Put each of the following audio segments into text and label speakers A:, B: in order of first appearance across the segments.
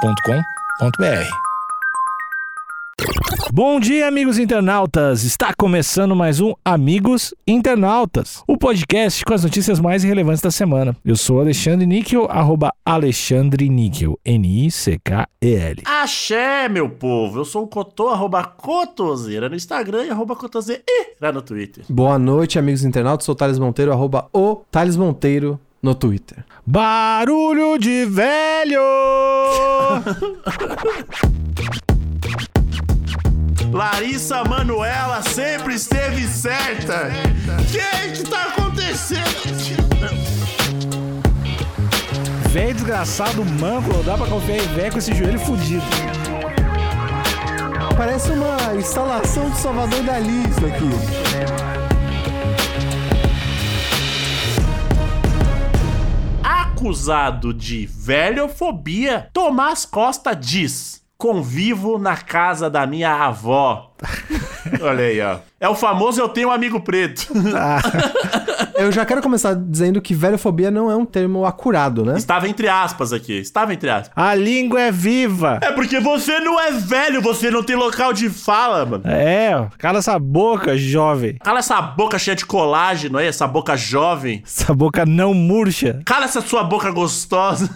A: agenciadepodcast.com.br.
B: Bom dia, amigos internautas! Está começando mais um Amigos Internautas, o podcast com as notícias mais relevantes da semana. Eu sou Alexandre Níquel, arroba Alexandre Níquel, N-I-C-K-E-L.
C: Axé, meu povo! Eu sou o Cotô, arroba Cotoseira no Instagram e arroba Cotoseira no Twitter.
D: Boa noite, amigos internautas. Sou o Thales Monteiro, arroba o Thales Monteiro no Twitter.
B: Barulho de velho!
C: Larissa Manuela sempre esteve certa! Gente, tá acontecendo?
B: Velho desgraçado, manco, não dá pra confiar em velho com esse joelho fudido.
D: Parece uma instalação de Salvador Dali isso aqui.
C: Acusado de velhofobia, Tomás Costa diz: Convivo na casa da minha avó. Olha aí, ó. É o famoso eu tenho um amigo preto.
D: Eu já quero começar dizendo que velhofobia não é um termo acurado, né?
C: Estava entre aspas aqui. Estava entre aspas.
B: A língua é viva!
C: É porque você não é velho, você não tem local de fala, mano.
B: É, ó, cala essa boca, jovem.
C: Cala essa boca cheia de colágeno aí, essa boca jovem.
B: Essa boca não murcha.
C: Cala essa sua boca gostosa.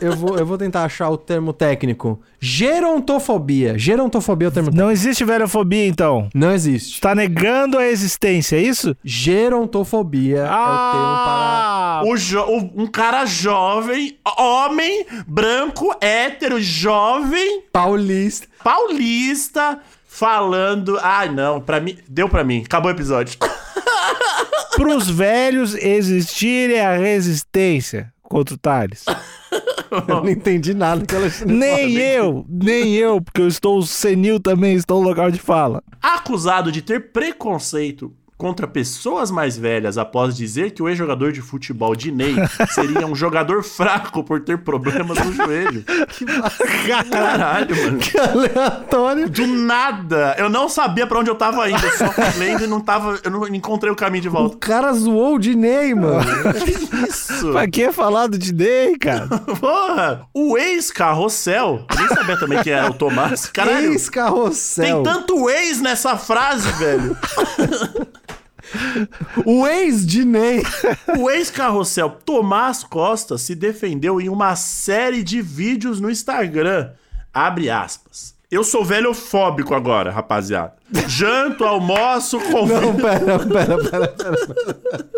D: Eu vou, eu vou tentar achar o termo técnico. Gerontofobia. Gerontofobia é o termo técnico.
B: Não existe velhofobia, então.
D: Não existe.
B: Tá negando a existência, é isso?
D: Gerontofobia é um
B: Ah!
C: O jo- o- um cara jovem, homem, branco, hétero, jovem,
D: é o termo para paulista.
C: paulista, falando. Ai, não, pra mim. Deu pra mim. Acabou o episódio.
B: Pros velhos existir é a resistência contra o Thales.
D: Eu não entendi nada que ela
B: nem eu, nem eu, porque eu estou senil também, estou no local de fala.
C: Acusado de ter preconceito contra pessoas mais velhas após dizer que o ex-jogador de futebol Dinei seria um jogador fraco por ter problemas no joelho. Caralho, mano.
D: Que aleatório.
C: Do nada. Eu não sabia pra onde eu tava indo. Eu só fui lendo e não tava. Eu não encontrei o caminho de
D: O
C: volta.
D: cara zoou o Diney, mano.
C: Que isso?
B: Pra que falar do Dinei, cara?
C: Porra! O ex-carrossel. Nem sabia também que era o Tomás. Caralho. Tem
D: Ex-carrossel.
C: tanto ex nessa frase, velho.
D: O ex-Diney.
C: O ex-carrossel Tomás Costa se defendeu em uma série de vídeos no Instagram. Abre aspas. Eu sou velhofóbico agora, rapaziada. Janto, almoço,
D: Não,
C: convido.
D: pera, pera, pera, pera.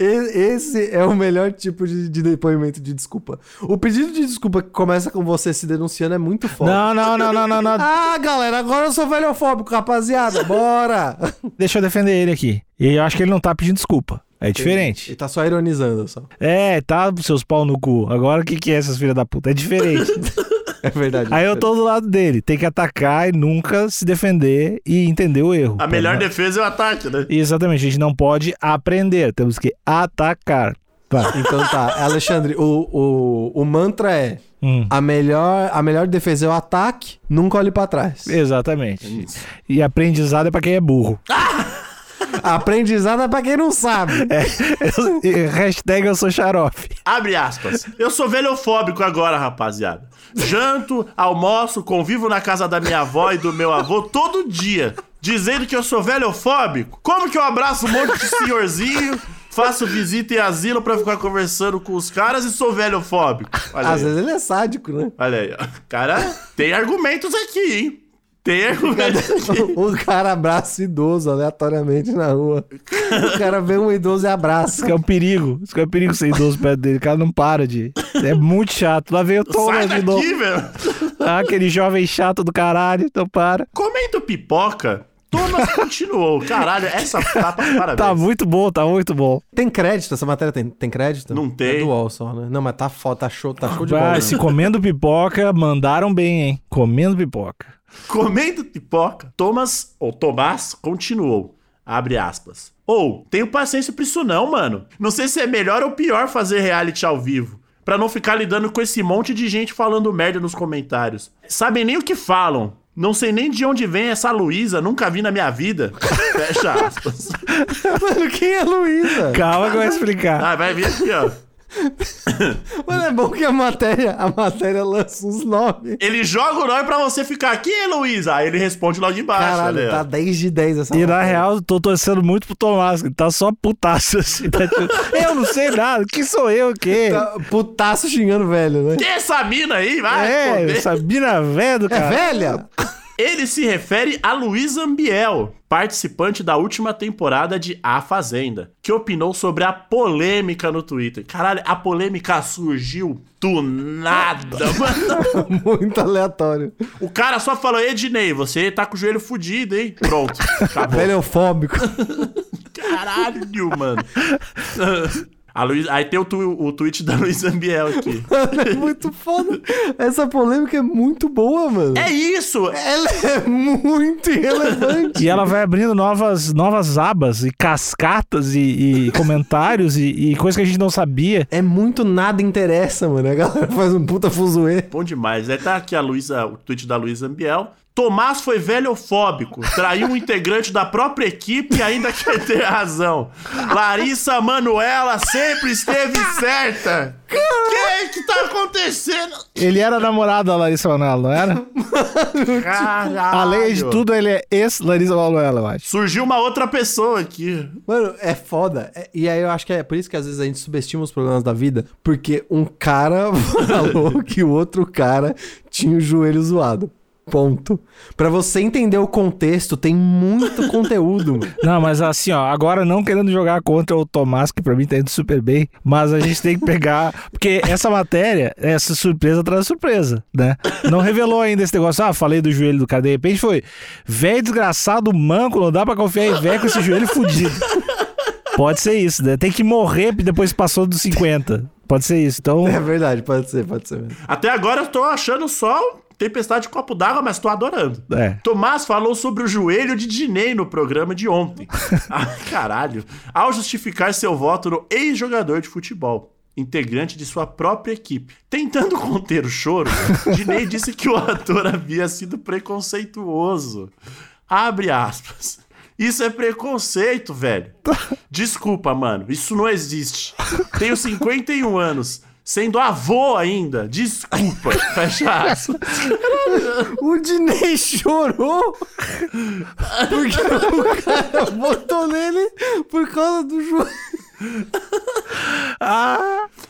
D: E- Esse é o melhor tipo de, de depoimento de desculpa. O pedido de desculpa que começa com você se denunciando é muito forte.
B: Não, não, não, não, não, não.
D: Ah, galera, agora eu sou velhofóbico, rapaziada. Bora!
B: Deixa eu defender ele aqui. E eu acho que ele não tá pedindo desculpa. É
D: Ele
B: diferente.
D: tá só ironizando só.
B: É, tá, seus pau no cu. Agora o que, que é essas filhas da puta? É diferente.
D: É verdade.
B: Aí eu tô do lado dele. Tem que atacar e nunca se defender e entender o erro.
C: A melhor
B: Pra-
C: defesa é o ataque, né?
B: Exatamente, a gente não pode aprender, temos que atacar. Tá.
D: Então tá, Alexandre, o, o, o mantra é:
B: Hum,
D: a melhor, a melhor defesa é o ataque, nunca olhe pra trás.
B: exatamente. E aprendizado é pra quem é burro.
D: Aprendizado é pra quem não sabe.
B: É, Eu- hashtag eu sou xarope.
C: Abre aspas. Eu sou velhofóbico agora, rapaziada. Janto, almoço, convivo na casa da minha avó e do meu avô todo dia, dizendo que eu sou velhofóbico. Como que eu abraço um monte de senhorzinho, faço visita em asilo pra ficar conversando com os caras e sou velhofóbico? Olha
D: Às
C: aí.
D: vezes ele é sádico, né?
C: Olha aí, ó. Cara, tem argumentos aqui, hein? Tem argumentos aqui.
D: O Um cara abraça idoso aleatoriamente na rua. O cara vê um idoso e abraça.
B: Isso que é um perigo. Isso que é um perigo ser idoso perto dele. O cara não para de. É muito chato. Lá vem o
C: Sai
B: Thomas de novo.
C: daqui, velho.
B: Ah, aquele jovem chato do caralho. Então para.
C: Comendo pipoca, Thomas continuou. Caralho, essa tapa, parabéns.
B: Tá muito bom, tá muito bom.
D: Tem crédito? Essa matéria tem, tem crédito?
C: Não tem.
D: É do UOL só, né? Não, mas tá foda, tá show, tá show de bola.
B: Ah,
D: né?
B: se comendo pipoca, mandaram bem, hein? Comendo pipoca.
C: Comendo pipoca, Thomas, ou Tomás, continuou. Abre aspas. Ou, tenho paciência pra isso não, mano. Não sei se é melhor ou pior fazer reality ao vivo. Pra não ficar lidando com esse monte de gente falando merda nos comentários. Sabem nem o que falam. Não sei nem de onde vem essa Luísa, nunca vi na minha vida. Fecha aspas.
D: Mano, quem é Luísa?
B: Calma que eu vou explicar.
C: Ah, vai vir aqui, ó.
D: Mas é bom que a matéria, a matéria lança uns nomes.
C: Ele joga o nome pra você ficar aqui, Heloísa. Aí ele responde logo né? embaixo.
D: Caralho,
C: olha.
D: tá 10 de 10 essa
B: E na
D: matéria.
B: real, eu tô torcendo muito pro Tomás, que tá só putaço assim. tá tipo, eu não sei nada, que sou eu, o quê?
D: Tá putaço xingando velho, né?
C: Que essa mina aí, vai.
B: é,
C: responder.
B: essa mina velha do
D: É
B: cara.
D: velha?
C: Ele se refere a Luísa Ambiel, participante da última temporada de A Fazenda, que opinou sobre a polêmica no Twitter. Caralho, a polêmica surgiu do nada, mano.
D: Muito aleatório.
C: O cara só falou, Ednei, você tá com o joelho fudido, hein? Pronto, acabou.
D: Velhofóbico.
C: Caralho, mano. A Luísa- Aí tem o, tu- o tweet da Luísa Ambiel aqui.
D: é muito foda. Essa polêmica é muito boa, mano.
C: É isso!
D: Ela é muito irrelevante.
B: E ela vai abrindo novas, novas abas e cascatas e, e comentários e, e coisa que a gente não sabia.
D: É muito nada interessa, mano. A galera faz um puta fuzuê.
C: Bom demais, né? Tá aqui a Luísa, o tweet da Luísa Ambiel. Tomás foi velhofóbico, traiu um integrante da própria equipe e ainda quer ter razão. Larissa Manuela sempre esteve certa. O que, que tá acontecendo?
B: Ele era namorado da Larissa Manoela, não era?
C: Caralho.
B: Além de tudo, ele é ex-Larissa Manoela, eu acho.
C: Surgiu uma outra pessoa aqui.
D: Mano, é foda. É- E aí eu acho que é por isso que às vezes a gente subestima os problemas da vida. Porque um cara falou que o outro cara tinha o joelho zoado. Ponto. Pra você entender o contexto, tem muito conteúdo, mano.
B: Não, mas assim, ó, agora não querendo jogar contra o Tomás, que pra mim tá indo super bem, mas a gente tem que pegar. Porque essa matéria, essa surpresa traz surpresa, né? Não revelou ainda esse negócio. Ah, falei do joelho do cara, de repente foi. Véi desgraçado, manco, não dá pra confiar em véi com esse joelho fudido. Pode ser isso, né? Tem que morrer porque depois passou dos 50. Pode ser isso. Então,
D: É verdade, pode ser, pode ser mesmo.
C: Até agora eu tô achando só tempestade de copo d'água, mas tô adorando.
B: é.
C: Tomás falou sobre o joelho de Dinei no programa de ontem. ah, caralho. Ao justificar seu voto no ex-jogador de futebol, integrante de sua própria equipe. Tentando conter o choro, Dinei disse que o ator havia sido preconceituoso. Abre aspas. Isso é preconceito, velho. Desculpa, mano. Isso não existe. Tenho 51 anos. Sendo avô ainda. Desculpa. Fecha aspas.
D: O Dinei chorou porque o cara botou nele por causa do joelho.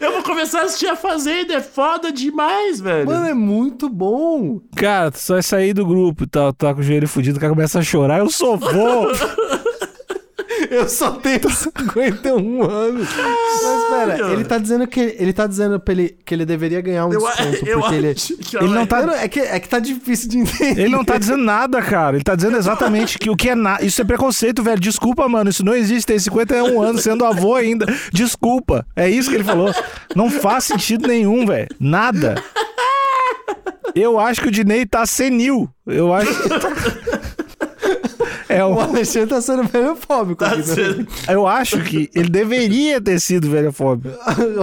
C: Eu vou começar a assistir a Fazenda, é foda demais, velho.
D: Mano, é muito bom.
B: Cara, tu só vai sair do grupo, tá, tá com o joelho fudido, o cara começa a chorar, eu sou vô.
D: Eu só tenho 51 anos. Então- Mas pera, ele tá dizendo que ele tá dizendo pra ele que ele deveria ganhar um
C: eu
D: desconto
C: eu
D: porque
C: acho
D: ele
C: que
B: ele não tá-
D: Eu não- é, que, é que tá difícil de entender.
B: Ele não tá dizendo nada, cara. Ele tá dizendo exatamente que o que é na... Isso é preconceito, velho. Desculpa, mano. Isso não existe. Tem 51 anos sendo avô ainda. Desculpa. É isso que ele falou. Não faz sentido nenhum, velho. Nada. Eu acho que o Dinei tá senil. Eu acho que. tá- É
D: O
B: um...
D: Alexandre tá sendo velhofóbico.
C: Tá
D: aqui, né?
C: sendo-
B: Eu acho que ele deveria ter sido velhofóbico.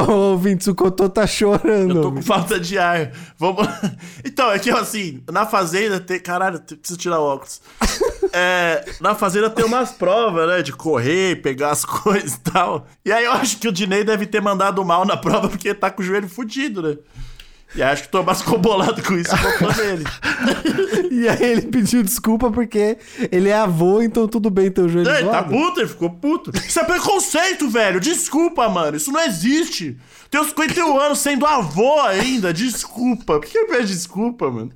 D: Ô, ouvintes, o Cotô tá chorando.
C: Tô com falta de ar. Vamos. Então, é que assim, na Fazenda tem. Caralho, eu preciso tirar o óculos. É, na Fazenda tem umas provas, né? De correr, pegar as coisas e tal. E aí eu acho que o Dinei deve ter mandado mal na prova porque tá com o joelho fudido, né? E aí acho que o Tomás ficou bolado com isso e botou nele.
D: E aí ele pediu desculpa porque ele é avô, então tudo bem ter o joelho
C: Ele tá
D: zoado.
C: puto, ele ficou puto. Isso é preconceito, velho. Desculpa, mano. Isso não existe. Tenho 51 anos sendo avô ainda. Desculpa. Por que ele pede desculpa, mano?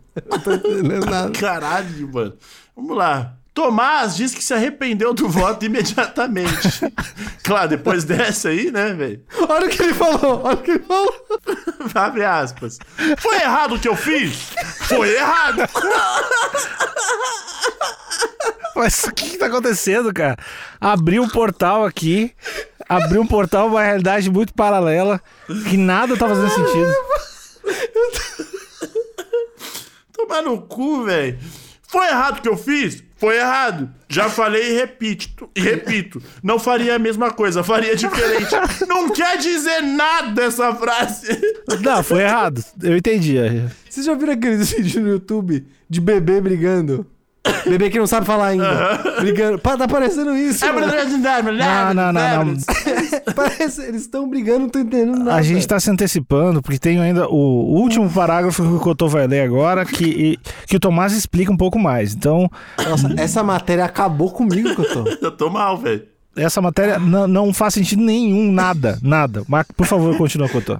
D: Não é nada.
C: Caralho, mano. Vamos lá. Tomás disse que se arrependeu do voto imediatamente. claro, depois dessa aí, né, velho?
D: Olha o que ele falou, olha o que ele falou.
C: Abre aspas. Foi errado o que eu fiz? Foi errado.
B: Mas o que, que tá acontecendo, cara? Abriu um portal aqui. Abriu um portal, uma realidade muito paralela. Que nada tá fazendo sentido.
C: Tomar no cu, velho. Foi errado o que eu fiz? Foi errado. Já falei e repito. E repito. Não faria a mesma coisa, faria diferente. Não quer dizer nada essa frase.
B: Não, foi errado. Eu entendi.
D: Vocês já viram aqueles vídeos no YouTube de bebê brigando? Bebê que não sabe falar ainda. Brigando. Pá, tá parecendo
C: É,
D: isso. mano.
C: assim,
B: Não, não, não, não.
D: Parece, eles estão brigando, não tô entendendo nada.
B: A gente tá se antecipando, porque tem ainda o último parágrafo que o Cotô vai ler agora, que, e- que o Tomás explica um pouco mais. Então,
D: Nossa, essa matéria acabou comigo, Cotô.
C: Eu tô mal, velho.
B: essa matéria n- não faz sentido nenhum, nada, nada. Mas, por favor, continua, Cotô.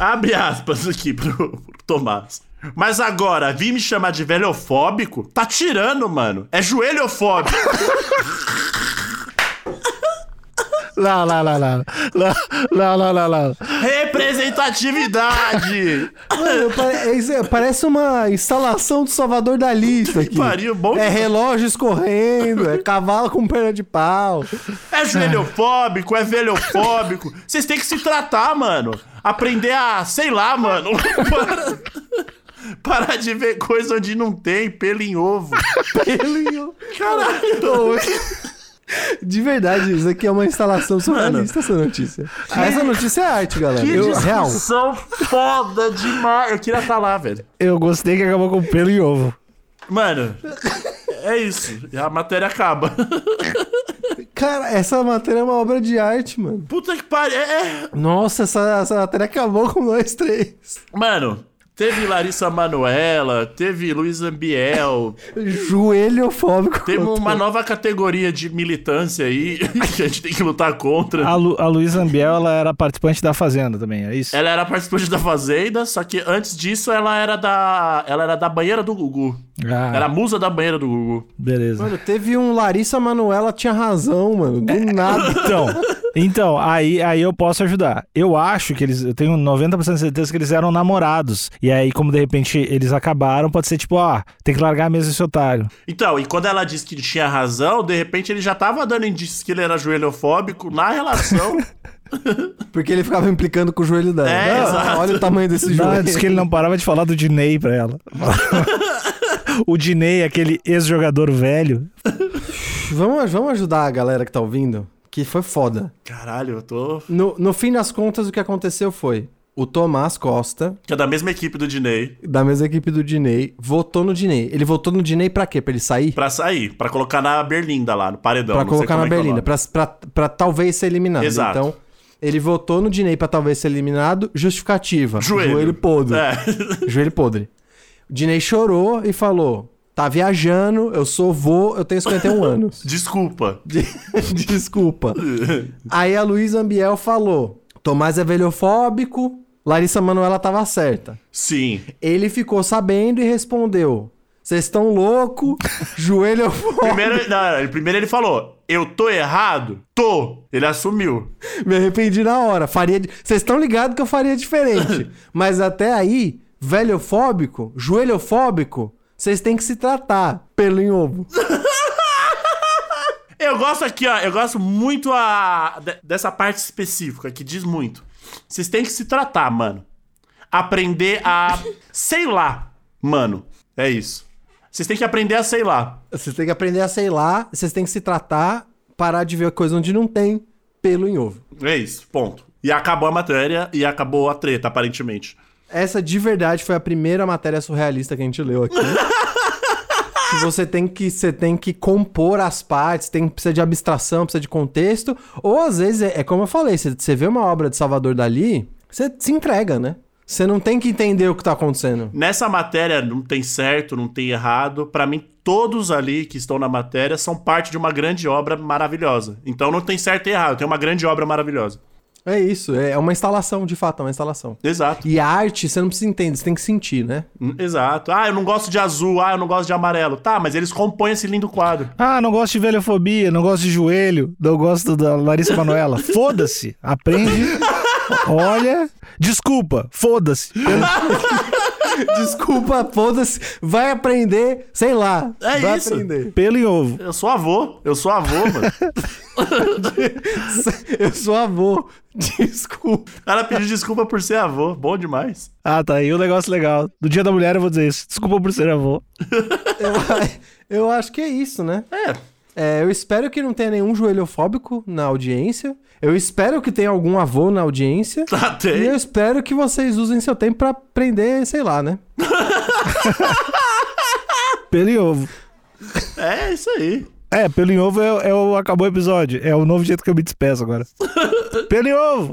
C: Abre aspas aqui pro, pro Tomás. Mas agora, vir me chamar de velhofóbico? Tá tirando, mano. É joelhofóbico.
B: Lá, lá, lá, lá. Lá, lá, lá, lá, lá.
C: Representatividade!
D: Mano, pare- é isso aí, parece uma instalação do Salvador Dali isso aqui.
C: pariu, bom
D: É
C: que-
D: relógio escorrendo, é cavalo com perna de pau.
C: É joelhofóbico, é velhofóbico. Vocês têm que se tratar, mano. Aprender a, sei lá, mano. Para- Parar de ver coisa onde não tem, pelo em ovo.
D: Pelo Caralho! De verdade, isso aqui é uma instalação surrealista, essa notícia. Essa notícia é arte, galera.
C: Que
D: Eu, real.
C: discussão foda demais. Eu queria estar lá, velho.
B: Eu gostei que acabou com pelo e ovo.
C: Mano, é isso. A matéria acaba.
D: Cara, essa matéria é uma obra de arte, mano.
C: Puta que pariu. É, é.
D: Nossa, essa, essa matéria acabou com nós três.
C: Mano, teve Larissa Manuela, teve Luiz Ambiel.
D: Joelhofóbico.
C: Tem uma nova categoria de militância aí que a gente tem que lutar contra.
B: A, Lu, a Luísa Ambiel, ela era participante da Fazenda também, é isso?
C: Ela era participante da Fazenda, só que antes disso ela era da. Ela era da banheira do Gugu.
B: Ah,
C: Era a musa da banheira do Gugu.
B: beleza.
D: Mano, teve um Larissa Manuela tinha razão, mano. Do
C: É.
D: nada.
B: Então, então aí, aí eu posso ajudar. Eu acho que eles. Eu tenho 90% de certeza que eles eram namorados. E aí, como de repente eles acabaram, pode ser tipo, ó, tem que largar mesmo esse otário.
C: Então, e quando ela disse que tinha razão, de repente ele já tava dando indícios que ele era joelhofóbico na relação.
D: Porque ele ficava implicando com o joelho dela.
C: É,
D: Ah,
C: exato.
D: Olha o tamanho desse
B: Não,
D: joelho.
B: ela disse que ele não parava de falar do Diney pra ela. o Diney, aquele ex-jogador velho.
D: Vamos, vamos ajudar a galera que tá ouvindo, que foi foda.
C: Caralho, eu tô.
D: No, no fim das contas, o que aconteceu foi: o Tomás Costa,
C: Que é da mesma equipe do Diney.
D: da mesma equipe do Diney, votou no Diney. Ele votou no Diney pra quê? Pra ele sair? Pra,
C: Pra sair, pra colocar na Berlinda lá, no paredão. não sei
D: colocar
C: como
D: na
C: é que é o
D: Berlinda,
C: nome.
D: pra, pra, pra talvez ser eliminado.
C: Exato.
D: Então, ele votou no Diney pra talvez ser eliminado. Justificativa:
C: Joelho.
D: podre.
C: É.
D: Joelho podre. O Diney chorou e falou: tá viajando, eu sou vô, eu tenho 51 anos.
C: Desculpa.
D: De- Desculpa. Aí a Luísa Ambiel falou: Tomás é velhofóbico, Larissa Manoela tava certa.
C: Sim.
D: Ele ficou sabendo e respondeu: Vocês estão louco, joelho fóbico.
C: Primeiro, não, não, primeiro ele falou: Eu tô errado? Tô. Ele assumiu.
D: Me arrependi na hora. Faria. di- Vocês estão ligados que eu faria diferente. Mas até aí, velhofóbico, joelhofóbico, vocês têm que se tratar. Pelo em ovo.
C: Eu gosto aqui, ó. Eu gosto muito a, de- dessa parte específica que diz muito. Vocês têm que se tratar, mano. Aprender a. sei lá, mano. É isso. Vocês têm que aprender a sei lá.
D: Vocês têm que aprender a sei lá, vocês têm que se tratar, parar de ver coisa onde não tem, pelo em ovo.
C: É isso, ponto. E acabou a matéria e acabou a treta, aparentemente.
D: Essa de verdade foi a primeira matéria surrealista que a gente leu aqui. Que Você tem que você tem que compor as partes, tem precisa de abstração, precisa de contexto, ou às vezes é, é como eu falei, você, você vê uma obra de Salvador Dali, você se entrega, né? Você não tem que entender o que tá acontecendo.
C: Nessa matéria não tem certo, não tem errado. Pra mim, todos ali que estão na matéria são parte de uma grande obra maravilhosa. Então não tem certo e errado, tem uma grande obra maravilhosa.
D: É isso, é, é uma instalação, de fato, é uma instalação.
C: Exato.
D: E a arte, você não precisa entender, você tem que sentir, né?
C: Hum, Exato. Ah, eu não gosto de azul, ah, eu não gosto de amarelo. Tá, mas eles compõem esse lindo quadro.
B: Ah, não gosto de velhofobia, não gosto de joelho, não gosto da Larissa Manoela. Foda-se, aprende, olha, desculpa, foda-se.
D: Desculpa, foda-se, vai aprender, sei lá,
C: É
D: vai
C: isso.
D: aprender.
B: Pelo e ovo.
C: Eu sou avô, eu sou avô, mano.
D: Eu sou avô, desculpa.
C: O cara pediu desculpa por ser avô, bom demais.
B: Ah, tá aí o negócio legal. Do dia da mulher eu vou dizer isso. Desculpa por ser avô.
D: Eu, eu acho que é isso, né?
C: É,
D: É, eu espero que não tenha nenhum joelhofóbico na audiência. Eu espero que tenha algum avô na audiência.
C: tá,
D: E eu
C: tem.
D: espero que vocês usem seu tempo pra aprender, sei lá, né?
B: Pelo em ovo.
C: É isso aí.
B: É, pelo em ovo é, é o acabou o episódio. É o novo jeito que eu me despeço agora. Pelo em ovo!